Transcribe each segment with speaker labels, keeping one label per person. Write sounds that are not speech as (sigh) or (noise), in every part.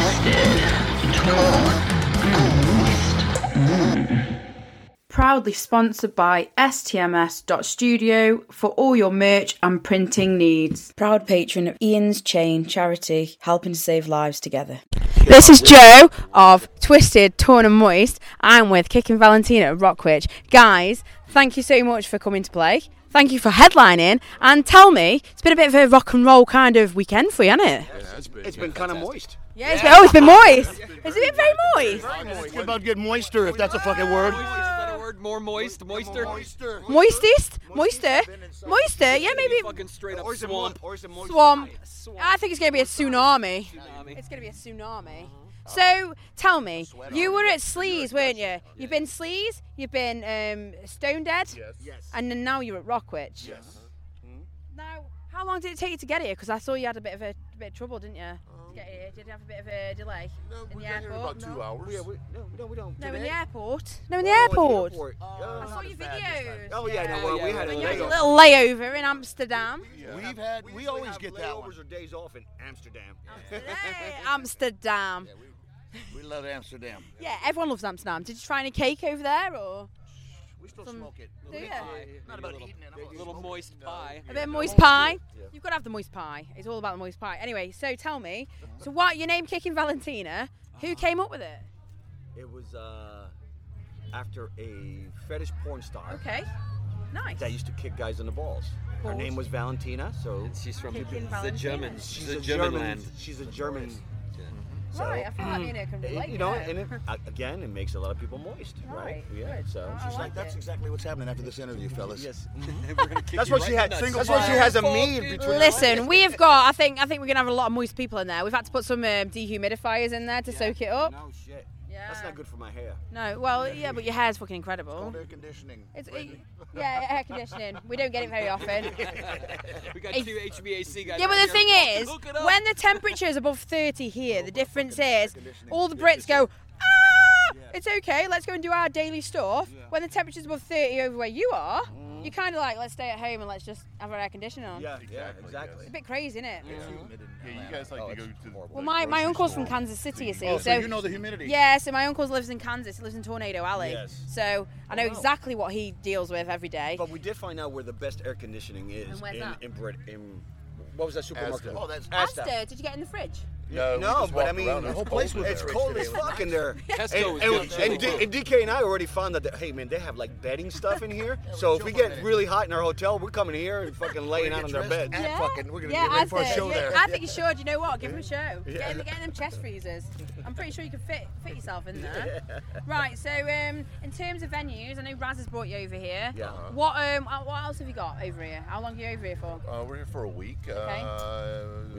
Speaker 1: twisted, torn, lost.
Speaker 2: Proudly sponsored by STMS.studio for all your merch and printing needs.
Speaker 3: Proud patron of Ian's Chain charity, helping to save lives together.
Speaker 4: This is Joe of Twisted, Torn and Moist. I'm with Kicking Valentina at Rockwich. Guys, thank you so much for coming to play. Thank you for headlining. And tell me, it's been a bit of a rock and roll kind of weekend for you, hasn't it?
Speaker 5: It's been kind of moist.
Speaker 4: Yeah, it's been, oh, it's been moist. Has it been very moist?
Speaker 5: It's about good moisture, if that's a fucking word.
Speaker 6: Better word, more moist, moister.
Speaker 4: Moistest? Moister? Moister? Yeah, maybe
Speaker 6: Fucking straight up swamp.
Speaker 4: swamp. I think it's going to be a tsunami. It's going to be a tsunami. So tell me, you were at Sleaze, weren't you? You've been Sleaze, you've been um, Stone Dead, yes. and then now you're at Rockwich. Yes. Now, how long did it take you to get here? Because I saw you had a bit of a, a bit of trouble, didn't you? to get here, did you have a bit of a delay in the airport?
Speaker 7: two hours.
Speaker 5: Yeah, we, no, no, we don't.
Speaker 4: No,
Speaker 5: Today?
Speaker 4: in the airport. No, Oh, in the airport. I saw your videos.
Speaker 5: Oh yeah, no, well, we had a
Speaker 4: You had a
Speaker 5: layover.
Speaker 4: little layover in Amsterdam. (laughs)
Speaker 5: We've had, we, always get that one.
Speaker 7: Layovers or days off in Amsterdam.
Speaker 4: Hey, Amsterdam.
Speaker 7: We love Amsterdam.
Speaker 4: Yeah, everyone loves Amsterdam. Did you try any cake over there or?
Speaker 7: We still smoke it.
Speaker 4: Do you?
Speaker 7: Not about eating it.
Speaker 6: A little moist pie.
Speaker 4: A bit of moist pie. You've got to have the moist pie. It's all about the moist pie. Anyway, so tell me, so what your name kicking Valentina? Who came up with it?
Speaker 7: It was uh, after a fetish porn star
Speaker 4: Okay, nice.
Speaker 7: that used to kick guys in the balls. Her
Speaker 4: Balls.
Speaker 7: name was Valentina, so
Speaker 6: She's from
Speaker 4: Kicking
Speaker 6: the
Speaker 4: Valentina.
Speaker 6: Germans. She's a
Speaker 7: a
Speaker 6: German land.
Speaker 7: She's a German. So,
Speaker 4: Right, Oh, I feel like me and her can
Speaker 7: it-
Speaker 4: relate.
Speaker 7: you know,
Speaker 4: yeah.
Speaker 7: and it,
Speaker 4: (laughs)
Speaker 7: a- again, it makes a lot of people moist, right?
Speaker 4: Right,
Speaker 7: Yeah.
Speaker 4: good. Oh,
Speaker 7: So
Speaker 4: I
Speaker 7: she's
Speaker 4: like
Speaker 7: like,
Speaker 4: it.
Speaker 7: that's
Speaker 8: exactly what's happening after this interview,
Speaker 5: (laughs)
Speaker 8: fellas.
Speaker 7: yes. Mm-hmm.
Speaker 5: That's what she had. That's what she has a mead between.
Speaker 4: Listen, we have got. I think. I think we're gonna have a lot of moist people in there. We've had to put some um, dehumidifiers in there to soak it up.
Speaker 7: No shit.
Speaker 4: Yeah.
Speaker 7: That's not good for my hair.
Speaker 4: No, well, yeah, but your hair's fucking incredible.
Speaker 8: Air conditioning.
Speaker 4: It's, yeah, air conditioning. We don't get it very often.
Speaker 6: We got (laughs)
Speaker 4: Hey.
Speaker 6: two HVAC guys.
Speaker 4: Yeah, but
Speaker 6: right
Speaker 4: the thing
Speaker 6: here.
Speaker 4: is,
Speaker 6: Look it up.
Speaker 4: when the temperature is above 30 here, the difference is all the Brits go, ah, it's okay, let's go and do our daily stuff. When the temperature's above 30 over where you are, you're kind of like, let's stay at home and let's just have our air conditioning on.
Speaker 7: Yeah. Yeah.
Speaker 8: Exactly,
Speaker 7: Exactly.
Speaker 4: It's a bit crazy, isn't it?
Speaker 8: Yeah,
Speaker 9: you guys like to go to the.
Speaker 4: Well, my, my uncle's from Kansas City, you see.
Speaker 9: Oh,
Speaker 4: so,
Speaker 9: so you know the humidity.
Speaker 4: Yeah, so my uncle lives in Kansas. He lives in Tornado Alley.
Speaker 7: Yes.
Speaker 4: So I know
Speaker 7: wow.
Speaker 4: exactly what he deals with every day.
Speaker 7: But we did find out where the best air conditioning is
Speaker 4: And where's
Speaker 7: in,
Speaker 4: that?
Speaker 7: in Brit in what was that supermarket?
Speaker 9: Asda.
Speaker 8: Oh, that's
Speaker 7: Asda.
Speaker 4: Asta, did you get in the fridge?
Speaker 9: No, we
Speaker 7: No,
Speaker 9: just
Speaker 7: but I
Speaker 9: walked
Speaker 7: mean,
Speaker 9: around. It
Speaker 7: the
Speaker 9: was
Speaker 7: whole
Speaker 9: cold
Speaker 7: place was
Speaker 9: in
Speaker 7: it's
Speaker 9: there.
Speaker 7: cold as fuck in there.
Speaker 6: Tesco was
Speaker 7: and,
Speaker 6: good.
Speaker 7: and, and, D, and DK and I already found out that hey man, they have like bedding stuff in here. so if we get really hot in our hotel, we're coming here and fucking laying out on their bed.
Speaker 8: and fucking, we're gonna
Speaker 4: yeah,
Speaker 8: get ready for a
Speaker 4: Asda.
Speaker 8: show
Speaker 4: Yeah,
Speaker 8: there.
Speaker 4: I think you should. You know what? Give him a
Speaker 8: (laughs)
Speaker 4: show. Get, him, get in them chest freezers. I'm pretty sure you can fit fit yourself in there. Right. So, um, in terms of venues, I know Raz has brought you over here.
Speaker 7: Yeah.
Speaker 4: What um, what else have you got over here? How long are you over here for?
Speaker 9: Uh, we're here for a week.
Speaker 7: We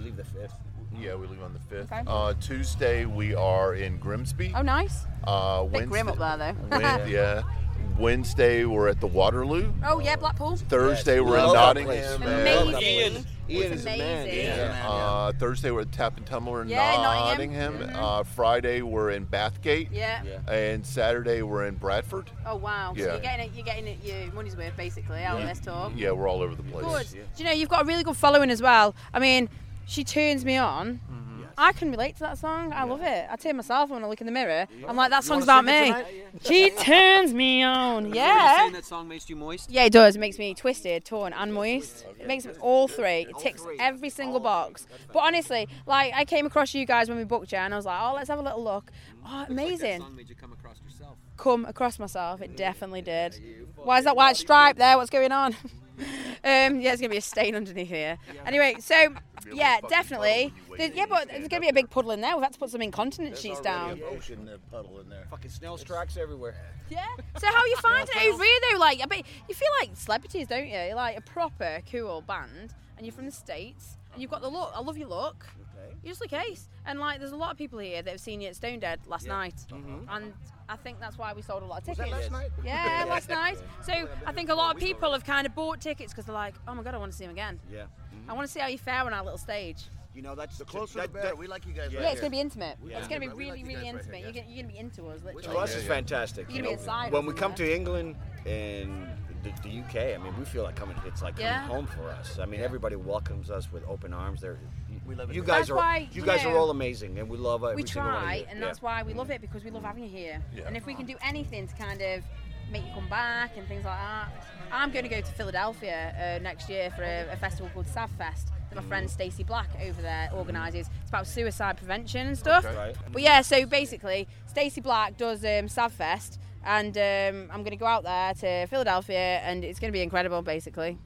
Speaker 9: Uh,
Speaker 7: leave the fifth.
Speaker 9: yeah, we leave on the fifth.
Speaker 4: Okay.
Speaker 9: Uh, Tuesday we are in Grimsby.
Speaker 4: Oh, nice.
Speaker 9: Uh,
Speaker 4: Bit grim up
Speaker 9: (laughs) Wednesday-
Speaker 4: there though.
Speaker 7: (laughs)
Speaker 9: Wed- yeah. Wednesday we're at the Waterloo.
Speaker 4: Oh yeah, Blackpool.
Speaker 9: Thursday we're in
Speaker 7: Love that
Speaker 9: Nottingham.
Speaker 7: place.
Speaker 9: and,
Speaker 4: Amazing.
Speaker 6: Ian.
Speaker 7: Ian
Speaker 4: It's
Speaker 7: is a man.
Speaker 4: amazing.
Speaker 7: Yeah.
Speaker 9: Uh, Thursday we're at Tap and Tumbler in
Speaker 4: Yeah, Nottingham.
Speaker 9: Nottingham. Uh, Friday we're in Bathgate.
Speaker 4: Yeah.
Speaker 7: Mm-hmm. Yeah.
Speaker 9: And Saturday we're in Bradford.
Speaker 4: Oh wow. So
Speaker 9: Yeah.
Speaker 4: you're getting it. You're getting it. Your money's worth basically out of this talk.
Speaker 9: Yeah, we're all over the place.
Speaker 4: Good. Do you know you've got a really good following as well? I mean, she turns me on. I can relate to that song. I love it. I turn myself on when I look in the mirror. I'm like, that song's about me. She turns me on.
Speaker 6: Are you
Speaker 4: Yeah.
Speaker 6: saying that song makes you moist?
Speaker 4: Yeah, it does. It makes me twisted, torn, and moist. It makes me all three. It ticks every single box. But honestly, like I came across you guys when we booked you, and I was like, oh, let's have a little look. Oh,
Speaker 6: That
Speaker 4: amazing.
Speaker 6: song made you come across yourself.
Speaker 4: Come across myself. It definitely did. Why is that white stripe there? What's going on? (laughs) Um, yeah, it's gonna be a stain underneath here. Anyway, so yeah,
Speaker 9: fucking
Speaker 4: definitely.
Speaker 9: puddle when you
Speaker 4: There's-
Speaker 9: wake
Speaker 4: yeah,
Speaker 9: up
Speaker 4: but
Speaker 9: and you
Speaker 4: there's
Speaker 9: stand
Speaker 4: gonna
Speaker 9: up
Speaker 4: be a big puddle in there. We've had to put some incontinence sheets down.
Speaker 8: Ocean uh, puddle in there.
Speaker 7: Fucking snails tracks everywhere.
Speaker 4: Yeah. So how are (laughs) you finding it over here though? Like, I bet you feel like celebrities, don't you? You're like a proper cool band, and you're from the states, and you've got the look. I love your look.
Speaker 7: Okay.
Speaker 4: You just look ace. And like, there's a lot of people here that have seen you at Stone Dead last night, and I think that's why we sold a lot of tickets.
Speaker 7: Last night.
Speaker 4: Yeah, last night. So I think a lot of people have kind of bought tickets because they're like, oh my god, I want to see him again.
Speaker 7: Yeah.
Speaker 4: I want to see how you fare on our little stage.
Speaker 7: You know that's
Speaker 8: The closer
Speaker 7: that,
Speaker 8: the better.
Speaker 7: that-
Speaker 8: We like you guys.
Speaker 7: Yeah,
Speaker 8: right
Speaker 4: Yeah, it's gonna
Speaker 8: here.
Speaker 4: be intimate. It's gonna be
Speaker 8: We like
Speaker 4: really,
Speaker 8: you
Speaker 4: really
Speaker 8: guys right
Speaker 4: intimate.
Speaker 8: here.
Speaker 4: you're, gonna, you're gonna be into us,
Speaker 7: To
Speaker 4: literally.
Speaker 7: us is fantastic.
Speaker 4: You can be inside or
Speaker 7: when we
Speaker 4: something,
Speaker 7: come
Speaker 4: yeah.
Speaker 7: to England and the, the UK. I mean, we feel like coming. It's like coming
Speaker 4: Yeah.
Speaker 7: home for us. I mean, everybody welcomes us with open arms. There,
Speaker 8: We love it
Speaker 7: you
Speaker 8: here.
Speaker 7: guys
Speaker 4: That's
Speaker 7: are
Speaker 4: why,
Speaker 7: you
Speaker 4: you
Speaker 7: guys are
Speaker 4: know,
Speaker 7: all amazing, and we love every
Speaker 4: we
Speaker 7: single one of
Speaker 4: try,
Speaker 7: you.
Speaker 4: and
Speaker 7: Yeah.
Speaker 4: that's why we love it because we love having you here.
Speaker 9: Yeah.
Speaker 4: And if we can do anything to kind of make you come back and things like that, I'm going to go to Philadelphia uh, next year for a, a festival called Sav Fest that my friend Stacey Black over there organises. It's about suicide prevention and stuff.
Speaker 7: Right.
Speaker 4: But yeah, so basically, Stacey Black does um, Sav Fest, and um, I'm going to go out there to Philadelphia, and it's going to be incredible. Basically,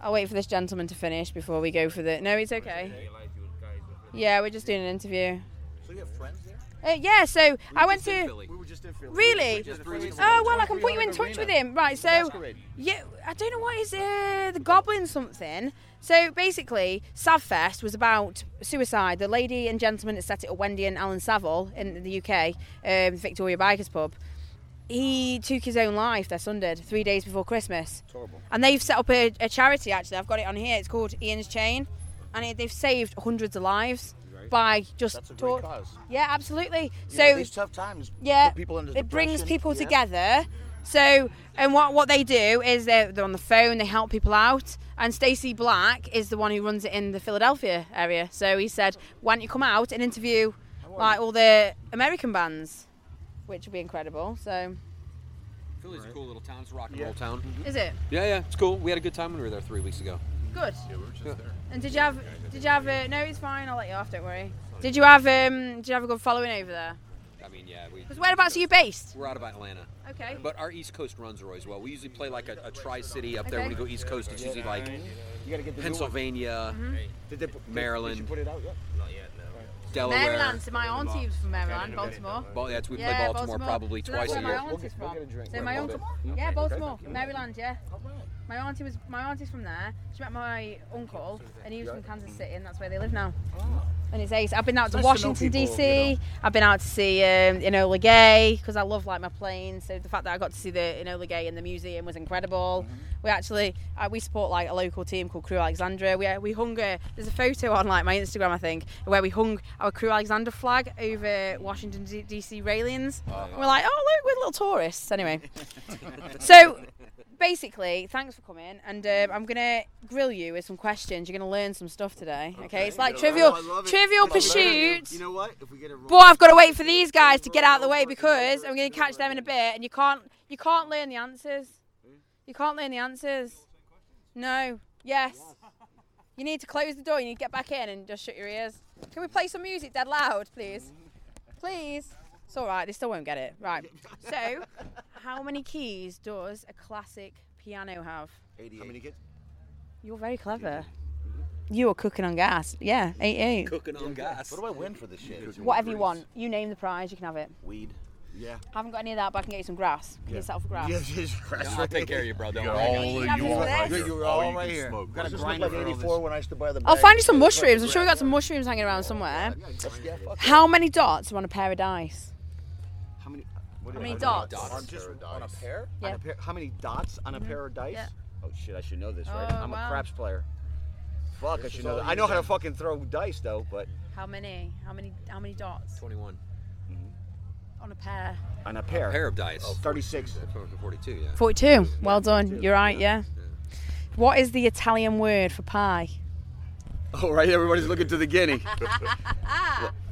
Speaker 4: I'll wait for this gentleman to finish before we go for the. No, it's okay. Yeah, we're just doing an interview.
Speaker 8: So you have friends there?
Speaker 4: Uh, yeah, so I went
Speaker 6: Just in
Speaker 4: to.
Speaker 6: Philly.
Speaker 8: We were just in Philly.
Speaker 4: Really?
Speaker 8: We were just in
Speaker 6: Just
Speaker 8: Philly.
Speaker 6: breezing.
Speaker 4: Oh well, I can put you in touch with him. Right, so
Speaker 8: Masquerade.
Speaker 4: yeah, I don't know what is uh, the goblin something. So basically, Savfest was about suicide. The lady and gentleman that set it up, Wendy and Alan Saville, in the UK, um, Victoria Bikers Pub. He took his own life. They're sundered three days before Christmas,
Speaker 8: Horrible.
Speaker 4: and they've set up a, a charity. Actually, I've got it on here. It's called Ian's Chain, and it, they've saved hundreds of lives by just
Speaker 8: That's a
Speaker 4: talk-
Speaker 8: great cause.
Speaker 4: Yeah, absolutely.
Speaker 8: You
Speaker 4: So
Speaker 8: know, these tough times.
Speaker 4: yeah,
Speaker 8: put people into
Speaker 4: it brings
Speaker 8: depression.
Speaker 4: people
Speaker 8: Yeah.
Speaker 4: together. So, and what what they do is they're, they're on the phone, they help people out. And Stacey Black is the one who runs it in the Philadelphia area. So he said, "Why don't you come out and interview like all the American bands?" Which would be incredible. So,
Speaker 6: Philly's a cool little town. It's a rock and roll town.
Speaker 4: is it
Speaker 6: Yeah, yeah, it's cool. We had a good time when we were there three weeks ago.
Speaker 4: good?
Speaker 6: Yeah.
Speaker 4: And did you have did you have a, no? It's fine. I'll let you off. Don't worry. Did you have um? Did you have a good following over there?
Speaker 6: I mean, yeah, we,
Speaker 4: Because whereabouts are you based?
Speaker 6: we're out of Atlanta.
Speaker 4: Okay.
Speaker 6: But our East Coast runs are always well. We usually play like a, a tri city up there.
Speaker 4: Okay.
Speaker 6: When we go East Coast, it's usually like
Speaker 7: You gotta get the new one.
Speaker 6: Pennsylvania,
Speaker 7: Did they put- did- Did you
Speaker 6: Maryland,
Speaker 7: put it out yet?
Speaker 6: Delaware.
Speaker 4: Maryland. So my auntie was from Maryland, Baltimore.
Speaker 6: Bal- that's we
Speaker 4: Yeah,
Speaker 6: play Baltimore, probably
Speaker 4: So
Speaker 6: twice
Speaker 4: that's
Speaker 6: a
Speaker 4: where
Speaker 6: year.
Speaker 4: My auntie's
Speaker 7: We'll
Speaker 4: from.
Speaker 7: get a drink.
Speaker 4: So
Speaker 7: We'll
Speaker 4: my
Speaker 7: have a
Speaker 4: aunt, yeah, Baltimore, Maryland, yeah. My auntie was my auntie's from there. She met my uncle, and he was from Kansas City, and that's where they live now. And it's ace. I've been out to
Speaker 7: nice to know
Speaker 4: Washington
Speaker 7: people,
Speaker 4: DC.
Speaker 7: you
Speaker 4: I've been out to see um, Enola Gay because I love like my planes. So the fact that I got to see the Enola Gay in the museum was incredible.
Speaker 7: Mm-hmm.
Speaker 4: We actually uh, we support like a local team called Crew Alexandra. We we hung a, there's a photo on like my Instagram I think where we hung our Crew Alexandra flag over Washington D- DC railings. And we're like, oh look, we're little tourists anyway. so basically, thanks for coming, and um, I'm gonna grill you with some questions. You're gonna learn some stuff today. Okay, it's like trivial,
Speaker 7: Oh, I love it.
Speaker 4: trivial
Speaker 7: It's like learning.
Speaker 4: pursuit.
Speaker 7: You know what? If we get it wrong,
Speaker 4: But I've got to wait for these guys to get out of the way because I'm going to catch them in a bit, and you can't you can't learn the answers. You can't learn the answers. No. Yes. You need to close the door. You need to get back in and just shut your ears. Can we play some music dead loud, please? Please. It's all right. They still won't get it. Right. So, how many keys does a classic piano have?
Speaker 7: how many kids?
Speaker 4: You're very clever. You are cooking on gas. Yeah, eight eight.
Speaker 6: Cooking on gas.
Speaker 8: What do I win for this shit?
Speaker 4: Whatever you want. You name the prize. You can have it.
Speaker 8: Weed.
Speaker 4: I haven't got any of that, but I can get you some grass. Can you settle for grass?
Speaker 7: Yes,
Speaker 9: (laughs)
Speaker 7: yes, Christ.
Speaker 6: I'll
Speaker 8: (laughs)
Speaker 6: take care of you, bro.
Speaker 9: You
Speaker 6: Don't
Speaker 9: got
Speaker 6: worry.
Speaker 9: all
Speaker 4: You
Speaker 9: you,
Speaker 4: have to
Speaker 9: want right
Speaker 4: select.
Speaker 9: here.
Speaker 7: You're
Speaker 9: all
Speaker 7: all
Speaker 9: you
Speaker 7: right
Speaker 9: can
Speaker 7: here.
Speaker 9: smoke.
Speaker 7: Got a
Speaker 8: Does this
Speaker 7: grinder
Speaker 8: look like
Speaker 7: for all this.
Speaker 8: 84 when I used to buy the
Speaker 4: I'll
Speaker 8: bag?
Speaker 4: find you some mushrooms. I'm sure we got some mushrooms hanging around somewhere.
Speaker 8: Oh, Yeah, fuck it.
Speaker 4: How many dots are on a pair of dice?
Speaker 7: How many? uh, What
Speaker 4: How
Speaker 7: do
Speaker 4: many
Speaker 7: you-
Speaker 4: dots?
Speaker 8: On just on a pair?
Speaker 7: On
Speaker 4: Yeah. Mm-hmm.
Speaker 7: a pair- how many dots on a pair of dice?
Speaker 4: Yeah.
Speaker 7: Oh shit! I should know this, right?
Speaker 4: Oh,
Speaker 7: I'm
Speaker 4: wow.
Speaker 7: a craps player. Fuck! I should know. That. I know how to fucking throw dice though, but
Speaker 4: How many? How many? How many dots
Speaker 6: 21.
Speaker 4: on a pair?
Speaker 7: on a pair.
Speaker 6: Pair of dice. Oh,
Speaker 7: 36. (laughs)
Speaker 6: 42, yeah.
Speaker 4: 42. Well done. You're right. Yeah. What is the Italian word for pie?
Speaker 7: Oh, right. Everybody's looking to the guinea. (laughs)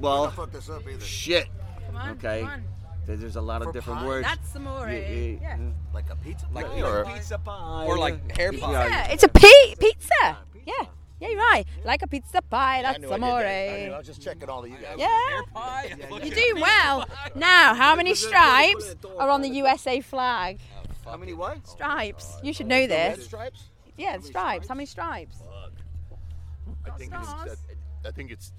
Speaker 7: well,
Speaker 8: Fuck this up either.
Speaker 7: shit.
Speaker 4: Come on.
Speaker 7: Okay.
Speaker 4: Come on.
Speaker 7: There- There's a lot of
Speaker 8: For
Speaker 7: different
Speaker 8: pie?
Speaker 7: words.
Speaker 4: That's the more. eh?
Speaker 7: Yeah, yeah,
Speaker 4: Yeah.
Speaker 7: yeah.
Speaker 8: Like a pizza?
Speaker 6: Like
Speaker 8: pie?
Speaker 6: you
Speaker 9: Or-
Speaker 7: Pizza pie.
Speaker 6: Or like hair
Speaker 7: Yeah.
Speaker 6: pie.
Speaker 4: Yeah, It's a pi- pizza. Yeah. Yeah, you're right. Like a pizza pie.
Speaker 8: Ah, I
Speaker 4: That's
Speaker 8: knew
Speaker 4: the
Speaker 8: I did
Speaker 4: more. eh?
Speaker 8: that. I knew. I was just checking all of you guys.
Speaker 4: Yeah.
Speaker 6: Hair pie? Look
Speaker 4: You're
Speaker 6: at
Speaker 4: doing
Speaker 6: me.
Speaker 8: (laughs)
Speaker 4: well. Now, how many stripes are on the USA flag?
Speaker 7: How many what?
Speaker 4: Stripes. You should know
Speaker 8: Red
Speaker 4: this.
Speaker 8: stripes?
Speaker 4: Yeah, stripes. How many stripes?
Speaker 9: I think, it's,
Speaker 4: stars.
Speaker 9: I, I think it's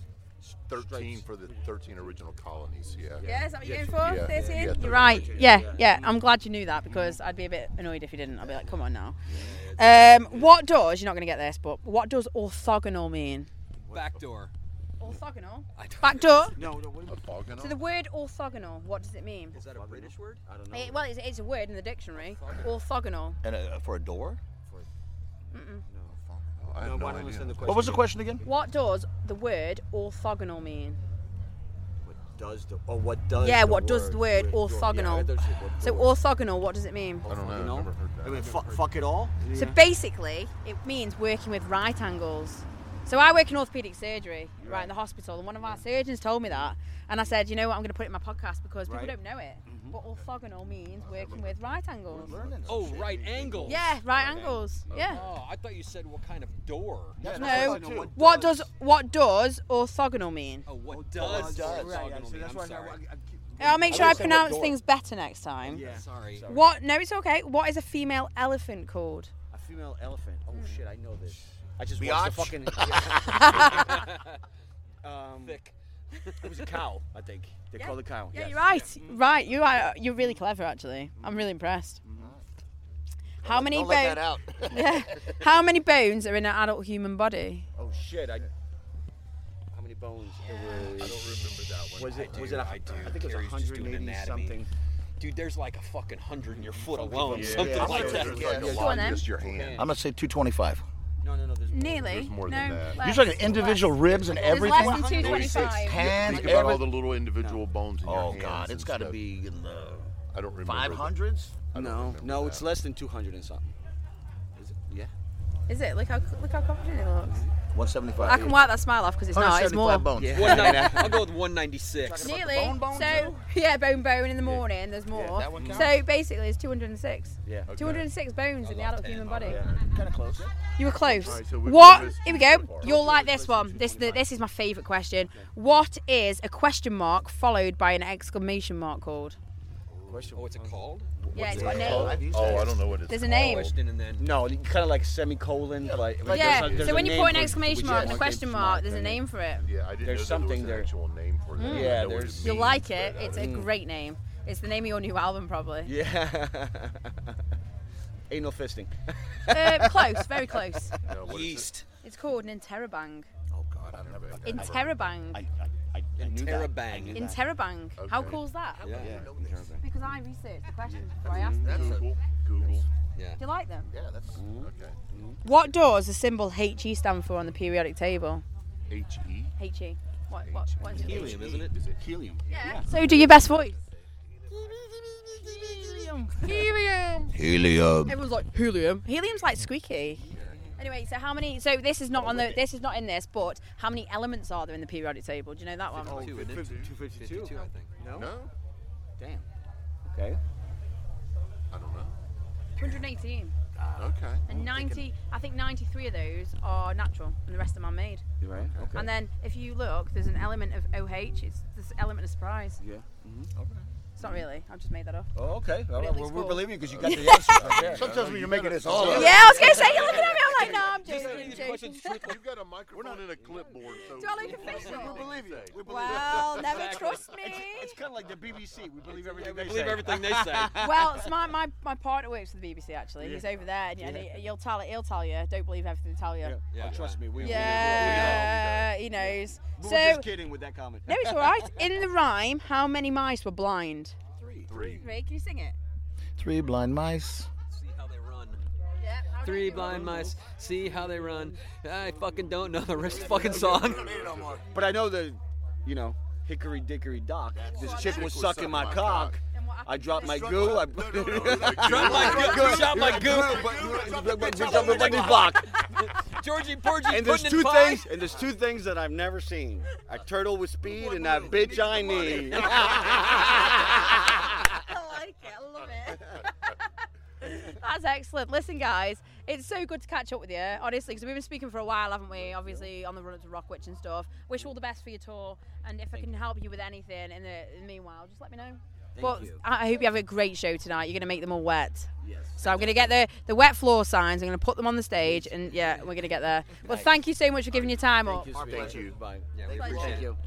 Speaker 9: 13 for the 13 original colonies. Yeah.
Speaker 4: Yes, that what you're
Speaker 9: Yes,
Speaker 4: going for?
Speaker 9: yeah,
Speaker 4: 13?
Speaker 9: yeah,
Speaker 4: You're
Speaker 9: 13.
Speaker 4: right. Yeah, yeah. I'm glad you knew that because I'd be a bit annoyed if you didn't. I'd be like, come on now. Um, what does, you're not going to get this, but what does orthogonal mean?
Speaker 6: Back door.
Speaker 4: Orthogonal?
Speaker 6: I don't-
Speaker 4: Back door?
Speaker 7: No, no. What,
Speaker 9: Orthogonal?
Speaker 4: So the word orthogonal, what does it mean?
Speaker 6: Is that a British word?
Speaker 7: I don't know.
Speaker 4: It, well, it's, it's a word in the dictionary. Orthogonal.
Speaker 8: And uh, for a door?
Speaker 9: I
Speaker 7: No,
Speaker 9: have
Speaker 7: I
Speaker 9: no
Speaker 7: don't
Speaker 9: idea.
Speaker 7: understand the question.
Speaker 8: What was the question again?
Speaker 4: What does the word orthogonal mean?
Speaker 7: What- does the or what does
Speaker 4: Yeah,
Speaker 7: the
Speaker 4: what does the word orthogonal?
Speaker 7: Yeah,
Speaker 4: So orthogonal, what does it mean?
Speaker 9: I don't know. I've
Speaker 7: know?
Speaker 9: never heard that.
Speaker 7: I mean, fuck, fuck it all.
Speaker 4: So basically, it means working with right angles. So I work in orthopedic surgery, right, in the hospital, and one of our surgeons told me that, and I said, you know what, I'm going to put it in my podcast because people
Speaker 7: Right.
Speaker 4: don't know it. But orthogonal means working with right angles.
Speaker 6: Oh, right angle.
Speaker 4: Yeah, right angles. Yeah.
Speaker 6: Oh, I thought you said what kind of door.
Speaker 4: No. What does what does orthogonal mean?
Speaker 6: Oh, what does?
Speaker 8: does.
Speaker 6: orthogonal
Speaker 7: Yeah, so
Speaker 6: mean?
Speaker 7: that's
Speaker 6: I'm
Speaker 7: why I-
Speaker 6: sorry.
Speaker 7: I- I keep-
Speaker 4: I'll make sure I
Speaker 7: would've said what
Speaker 4: pronounce
Speaker 7: door.
Speaker 4: things better next time.
Speaker 7: Yeah.
Speaker 6: Sorry.
Speaker 4: What? No, it's okay. What is a female elephant called?
Speaker 7: A female elephant. Oh
Speaker 4: Hmm.
Speaker 7: shit, I know this. I just
Speaker 8: Biatch.
Speaker 7: watched (laughs) the fucking. um,
Speaker 6: Thick.
Speaker 7: It was a cow, I think. They called it cow.
Speaker 4: Yeah,
Speaker 7: yes.
Speaker 4: you're right. Right, you are. You're really clever, actually. I'm really impressed. How many
Speaker 8: Don't let that
Speaker 4: bones?
Speaker 9: (laughs)
Speaker 8: out.
Speaker 4: How many bones are in an adult human body?
Speaker 7: Oh shit! I. How many bones? It
Speaker 9: I
Speaker 7: was.
Speaker 9: don't remember that one.
Speaker 7: Was it?
Speaker 6: I
Speaker 7: was
Speaker 6: do,
Speaker 7: it? a-
Speaker 6: I do.
Speaker 7: I think it was
Speaker 6: Carrie's just doing
Speaker 7: 180
Speaker 6: anatomy.
Speaker 7: something.
Speaker 6: Dude, there's like a fucking hundred in your foot alone. Something
Speaker 7: Yeah,
Speaker 6: like
Speaker 7: so
Speaker 6: that.
Speaker 7: there's
Speaker 9: Like a
Speaker 8: Yeah.
Speaker 9: lot
Speaker 4: then.
Speaker 9: in just your hand.
Speaker 8: I'm gonna say 225.
Speaker 7: No, no, no. There's
Speaker 4: Nearly.
Speaker 9: There's more
Speaker 4: no.
Speaker 9: than that.
Speaker 4: less.
Speaker 8: You're talking individual ribs and
Speaker 4: There's
Speaker 8: everything.
Speaker 4: less than 225.
Speaker 8: Hands,
Speaker 9: Think about all
Speaker 8: every-
Speaker 9: the little individual bones in your
Speaker 8: Oh
Speaker 9: hands
Speaker 8: God, it's
Speaker 9: and
Speaker 8: got to
Speaker 9: stuff.
Speaker 8: be in the
Speaker 9: I don't remember. the-
Speaker 8: 500s.
Speaker 9: I don't
Speaker 7: No,
Speaker 9: remember
Speaker 7: no.
Speaker 9: that.
Speaker 7: It's less than 200 and something. Is it? Yeah.
Speaker 4: Is it? Look how look how confident it looks.
Speaker 8: 175.
Speaker 4: I can wipe that smile off because it's not. It's more.
Speaker 8: 175 bones.
Speaker 7: Yeah.
Speaker 6: One ninety. I'll go with 196.
Speaker 4: Nearly.
Speaker 8: bone bone
Speaker 4: so yeah, bone bone in the morning. There's more.
Speaker 8: that one counts.
Speaker 4: so basically, it's 206.
Speaker 7: Yeah. Okay.
Speaker 4: 206 bones in the adult human body.
Speaker 8: Kind of close.
Speaker 4: You were close.
Speaker 9: Alright, so we've
Speaker 4: what?
Speaker 9: got this
Speaker 4: Here we go.
Speaker 9: so far.
Speaker 4: You'll like this one. This the, this is my favourite question. What is a question mark followed by an exclamation mark called?
Speaker 7: Question.
Speaker 6: Oh, what's it called?
Speaker 4: Yeah, it's got a
Speaker 8: Oh,
Speaker 4: name.
Speaker 8: I've used
Speaker 9: Oh,
Speaker 8: that.
Speaker 9: I don't know what it's.
Speaker 4: There's a
Speaker 9: called.
Speaker 4: name.
Speaker 6: Question and then.
Speaker 7: No, kind of like semicolon. Like, like
Speaker 4: yeah.
Speaker 7: there's a- there's
Speaker 4: so
Speaker 7: a
Speaker 4: when you
Speaker 7: name
Speaker 4: put an
Speaker 7: for it.
Speaker 4: exclamation
Speaker 7: Yeah,
Speaker 4: mark and a
Speaker 7: like
Speaker 4: question mark, there's a
Speaker 7: thing.
Speaker 4: name for it.
Speaker 9: Yeah, I didn't
Speaker 7: There's
Speaker 9: know
Speaker 7: something
Speaker 9: there
Speaker 7: there.
Speaker 9: was an actual name for that. I
Speaker 7: Yeah,
Speaker 9: know what
Speaker 7: there's-
Speaker 9: it
Speaker 4: You'll
Speaker 9: means,
Speaker 4: Mm. like
Speaker 9: but
Speaker 4: it.
Speaker 9: I
Speaker 4: It's
Speaker 9: don't-
Speaker 4: a great name. It's the name of your new album, probably.
Speaker 7: Yeah. (laughs) Ain't no fisting.
Speaker 4: Uh, close, very close.
Speaker 9: No, what is it?
Speaker 6: Yeast.
Speaker 4: It's called an interrobang.
Speaker 8: Oh God, I've never. I,
Speaker 4: Interrobang.
Speaker 8: I, I, I knew that. I
Speaker 6: Terabang.
Speaker 8: knew that.
Speaker 4: Interrobang. How
Speaker 9: Okay.
Speaker 4: cool's that?
Speaker 6: Yeah.
Speaker 8: Yeah,
Speaker 4: Because I researched the questions before I asked them.
Speaker 9: Google. Google.
Speaker 4: Do you like them?
Speaker 9: Yeah, that's okay.
Speaker 4: What does the symbol HE stand for on the periodic table?
Speaker 9: H E.
Speaker 4: HE. What, what, what is it?
Speaker 6: Helium, isn't it?
Speaker 8: Is it helium?
Speaker 4: So do your best voice.
Speaker 8: Helium.
Speaker 4: Everyone's like helium. Helium's like squeaky. Anyway, so how many? So this is not on the. This is not in this. But how many elements are there in the periodic table? Do you know that
Speaker 7: Oh,
Speaker 4: one?
Speaker 6: Two, isn't it?
Speaker 7: 252.
Speaker 6: 52, I think.
Speaker 9: No,
Speaker 7: Damn. Okay.
Speaker 9: I don't know.
Speaker 4: 118.
Speaker 9: Okay.
Speaker 7: Oh,
Speaker 4: And 90. I think 93 of those are natural, and the rest are man-made.
Speaker 7: You're right. Okay.
Speaker 4: And then if you look, there's an element of OH. It's this element of surprise.
Speaker 7: yeah. Mm-hmm.
Speaker 4: It's not really. I've just made that up.
Speaker 7: Oh, okay. All right.
Speaker 4: least
Speaker 7: We're,
Speaker 4: cool.
Speaker 7: we're believing you because you
Speaker 4: (laughs)
Speaker 7: got the answer. right there.
Speaker 8: Sometimes when you're making
Speaker 9: Oh.
Speaker 8: this all
Speaker 4: Yeah,
Speaker 8: up.
Speaker 4: I was gonna say. You're looking at me.
Speaker 7: (laughs)
Speaker 4: I'm like, no, I'm joking.
Speaker 6: These
Speaker 4: joking.
Speaker 6: questions (laughs) truthful.
Speaker 9: You've got a microphone and a clipboard, so
Speaker 4: Do I look official?
Speaker 9: believe you.
Speaker 4: Well, never trust me.
Speaker 7: It's kind of like the BBC. We believe everything they
Speaker 6: Believe
Speaker 7: say.
Speaker 6: everything they say.
Speaker 4: Well, it's my, my, my partner works for the BBC actually. He's over there, and, and he, will tell he'll tell you. Don't believe everything they tell you. Yeah,
Speaker 6: Yeah.
Speaker 7: Oh, trust me. We,
Speaker 4: he knows.
Speaker 7: We, we, we, are
Speaker 4: so
Speaker 7: just kidding with that comment.
Speaker 4: no, it's all right. In the rhyme, how many mice were blind?
Speaker 9: Three.
Speaker 4: Three. Can you sing it?
Speaker 8: Three blind mice.
Speaker 6: See how they run.
Speaker 4: Yeah.
Speaker 6: Three blind mice. See how they run. I fucking don't know the rest of the fucking song.
Speaker 7: But I know the, you know, hickory dickory dock. This chick was sucking my
Speaker 9: my
Speaker 7: cock.
Speaker 9: cock.
Speaker 7: I dropped my goo. I
Speaker 8: (laughs)
Speaker 6: Drop my goo. Drop my goo.
Speaker 7: block.
Speaker 6: Georgie Porgy
Speaker 7: And there's
Speaker 6: putting
Speaker 7: two
Speaker 6: in pie.
Speaker 7: things. And there's two things that I've never seen: a turtle with speed and a bitch I need. (laughs)
Speaker 4: I like it. I love it. (laughs) That's excellent. Listen, guys, it's so good to catch up with you, honestly, because we've been speaking for a while, haven't we? Obviously, on the run up to Rockwich and stuff. Wish you all the best for your tour, and if I can help you with anything in the, in the meanwhile, just let me know. but
Speaker 7: you.
Speaker 4: I I hope you have a great show tonight. You're going to make them all wet.
Speaker 7: Yes.
Speaker 4: So I'm going to get the, the wet floor signs. I'm going to put them on the stage, and yeah, we're going to get there. Well, thank you so much for giving your time up.
Speaker 7: Thank you. Bye.
Speaker 6: Yeah, we
Speaker 4: Pleasure.
Speaker 6: appreciate it.
Speaker 7: Thank you.